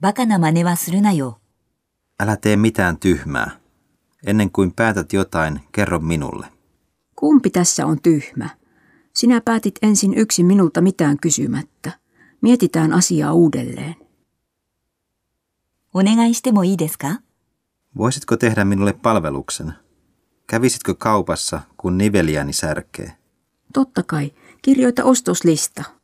バカな真似はするなよ。 Älä tee mitään tyhmää. Ennen kuin päätät jotain, kerro minulle. Kumpi tässä on tyhmä? Sinä päätit ensin yksin minulta mitään kysymättä. Mietitään asiaa uudelleen. お願いしてもいいですか Voisitko tehdä minulle palveluksen? Kävisitkö kaupassa, kun niveliäni särkee? Totta kai, kirjoita ostoslista.